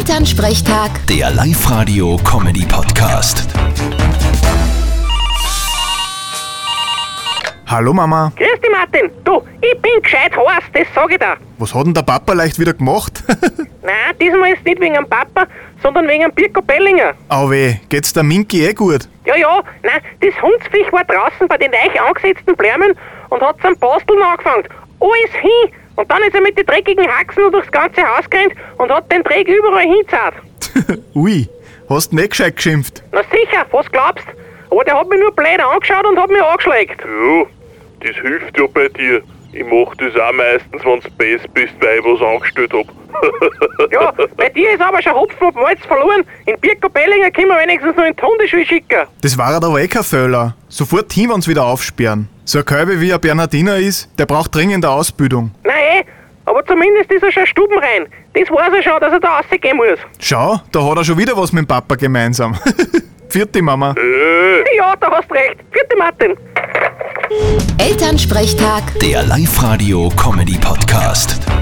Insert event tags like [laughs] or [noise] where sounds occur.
Elternsprechtag, Der Live-Radio-Comedy-Podcast. Hallo Mama, Grüß dich, Martin. Du, ich bin gescheit heiß, das sag ich dir. was hat denn der Papa leicht wieder gemacht? [laughs] Nein, diesmal ist nicht wegen dem Papa, sondern wegen dem Birko Bellinger. Au weh, geht's der Minki eh gut? Ja, ja, nein, das Hundsviech war draußen bei den reich angesetzten Blärmen und hat zum Basteln angefangen. Alles hin! Und dann ist er mit den dreckigen Haxen durchs ganze Haus gerannt und hat den Dreck überall hingezahlt. Ui, hast nicht gescheit geschimpft. Na sicher, was glaubst? Aber der hat mich nur blöd angeschaut und hat mich angeschlägt. Ja, das hilft ja bei dir. Ich mach das auch meistens, wenn's best bist, weil ich was angestellt hab. [laughs] Ja, bei dir ist aber schon Hopfen und Malz verloren. In Birko Bellinger können wir wenigstens noch in die Hundeschule schicken. Das war aber eh kein Fehler. Sofort hin, wenn's wieder aufsperren. So ein Kälbe wie ein Bernhardiner ist, der braucht dringend eine Ausbildung. Nein, aber zumindest ist er schon Stuben rein. Das weiß er schon, dass er da rausgehen muss. Schau, da hat er schon wieder was mit dem Papa gemeinsam. [laughs] Vierte Mama. äh, Ja, da hast recht. Vierte Martin. Elternsprechtag. Der Live-Radio-Comedy-Podcast.